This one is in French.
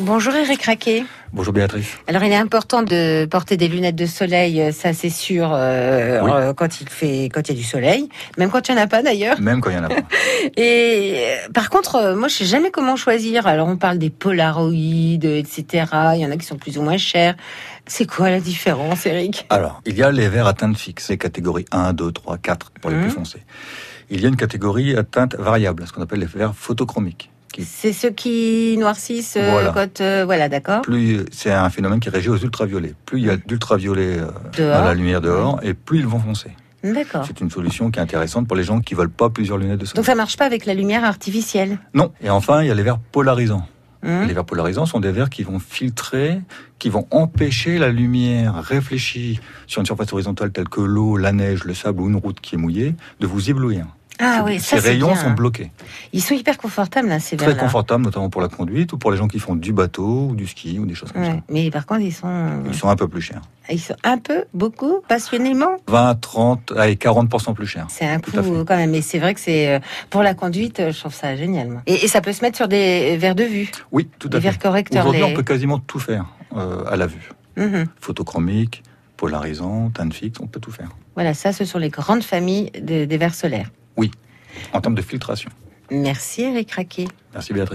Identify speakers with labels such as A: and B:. A: Bonjour Eric Raquet.
B: Bonjour Béatrice.
A: Alors il est important de porter des lunettes de soleil, ça c'est sûr, euh,
B: Oui.
A: euh, quand il fait, quand il y a du soleil, même quand il n'y en a pas d'ailleurs.
B: Même quand il y en a pas.
A: Et euh, par contre, euh, moi je sais jamais comment choisir. Alors on parle des Polaroids, etc. Il y en a qui sont plus ou moins chers. C'est quoi la différence, Eric
B: Alors, il y a les verres à teinte fixe, les catégories 1, 2, 3, 4 pour les
A: Mhm.
B: plus foncés. Il y a une catégorie à teinte variable, ce qu'on appelle les verres photochromiques. Qui,
A: C'est ceux qui noircissent euh,
B: Voilà.
A: quand, euh, voilà, d'accord.
B: plus c'est un phénomène qui est régi aux ultraviolets. Plus il y a d'ultraviolets euh,
A: Dehors.
B: dans la lumière dehors, Ah. et plus ils vont foncer.
A: D'accord.
B: C'est une solution qui est intéressante pour les gens qui veulent pas plusieurs lunettes de
A: Donc
B: soleil.
A: ça marche pas avec la lumière artificielle.
B: Non. Et enfin, il y a les verres polarisants.
A: Hein
B: Les verres polarisants sont des verres qui vont filtrer, qui vont empêcher la lumière réfléchie sur une surface horizontale telle que l'eau, la neige, le sable ou une route qui est mouillée, de vous éblouir.
A: ah
B: Ces-
A: oui,
B: ces
A: ça c'est
B: rayons
A: bien.
B: sont
A: hein.
B: bloqués.
A: Ils sont hyper confortables là, ces
B: Très
A: verres-là.
B: confortables, notamment pour la conduite ou pour les gens qui font du bateau ou du ski ou des choses comme
A: Ouais,
B: ça.
A: mais par contre, ils sont, euh,
B: Ils sont un peu plus chers.
A: ils sont un peu, beaucoup, passionnément.
B: 20, 30, allez, 40% plus chers.
A: C'est un
B: Tout
A: coup
B: à fait.
A: quand même. Et c'est vrai que c'est euh, pour la conduite, euh, je trouve ça génial. moi. Et, et ça peut se mettre sur des verres de vue,
B: Oui, tout
A: des
B: à
A: verres
B: fait.
A: correcteurs.
B: Aujourd'hui,
A: les-
B: on peut quasiment tout faire euh, à la vue.
A: Mhm.
B: Photochromique, polarisant, teinte fixe, on peut tout faire.
A: Voilà, ça, ce sont les grandes familles de- des verres solaires.
B: En termes de filtration.
A: Merci Eric Raquet.
B: Merci Béatrice.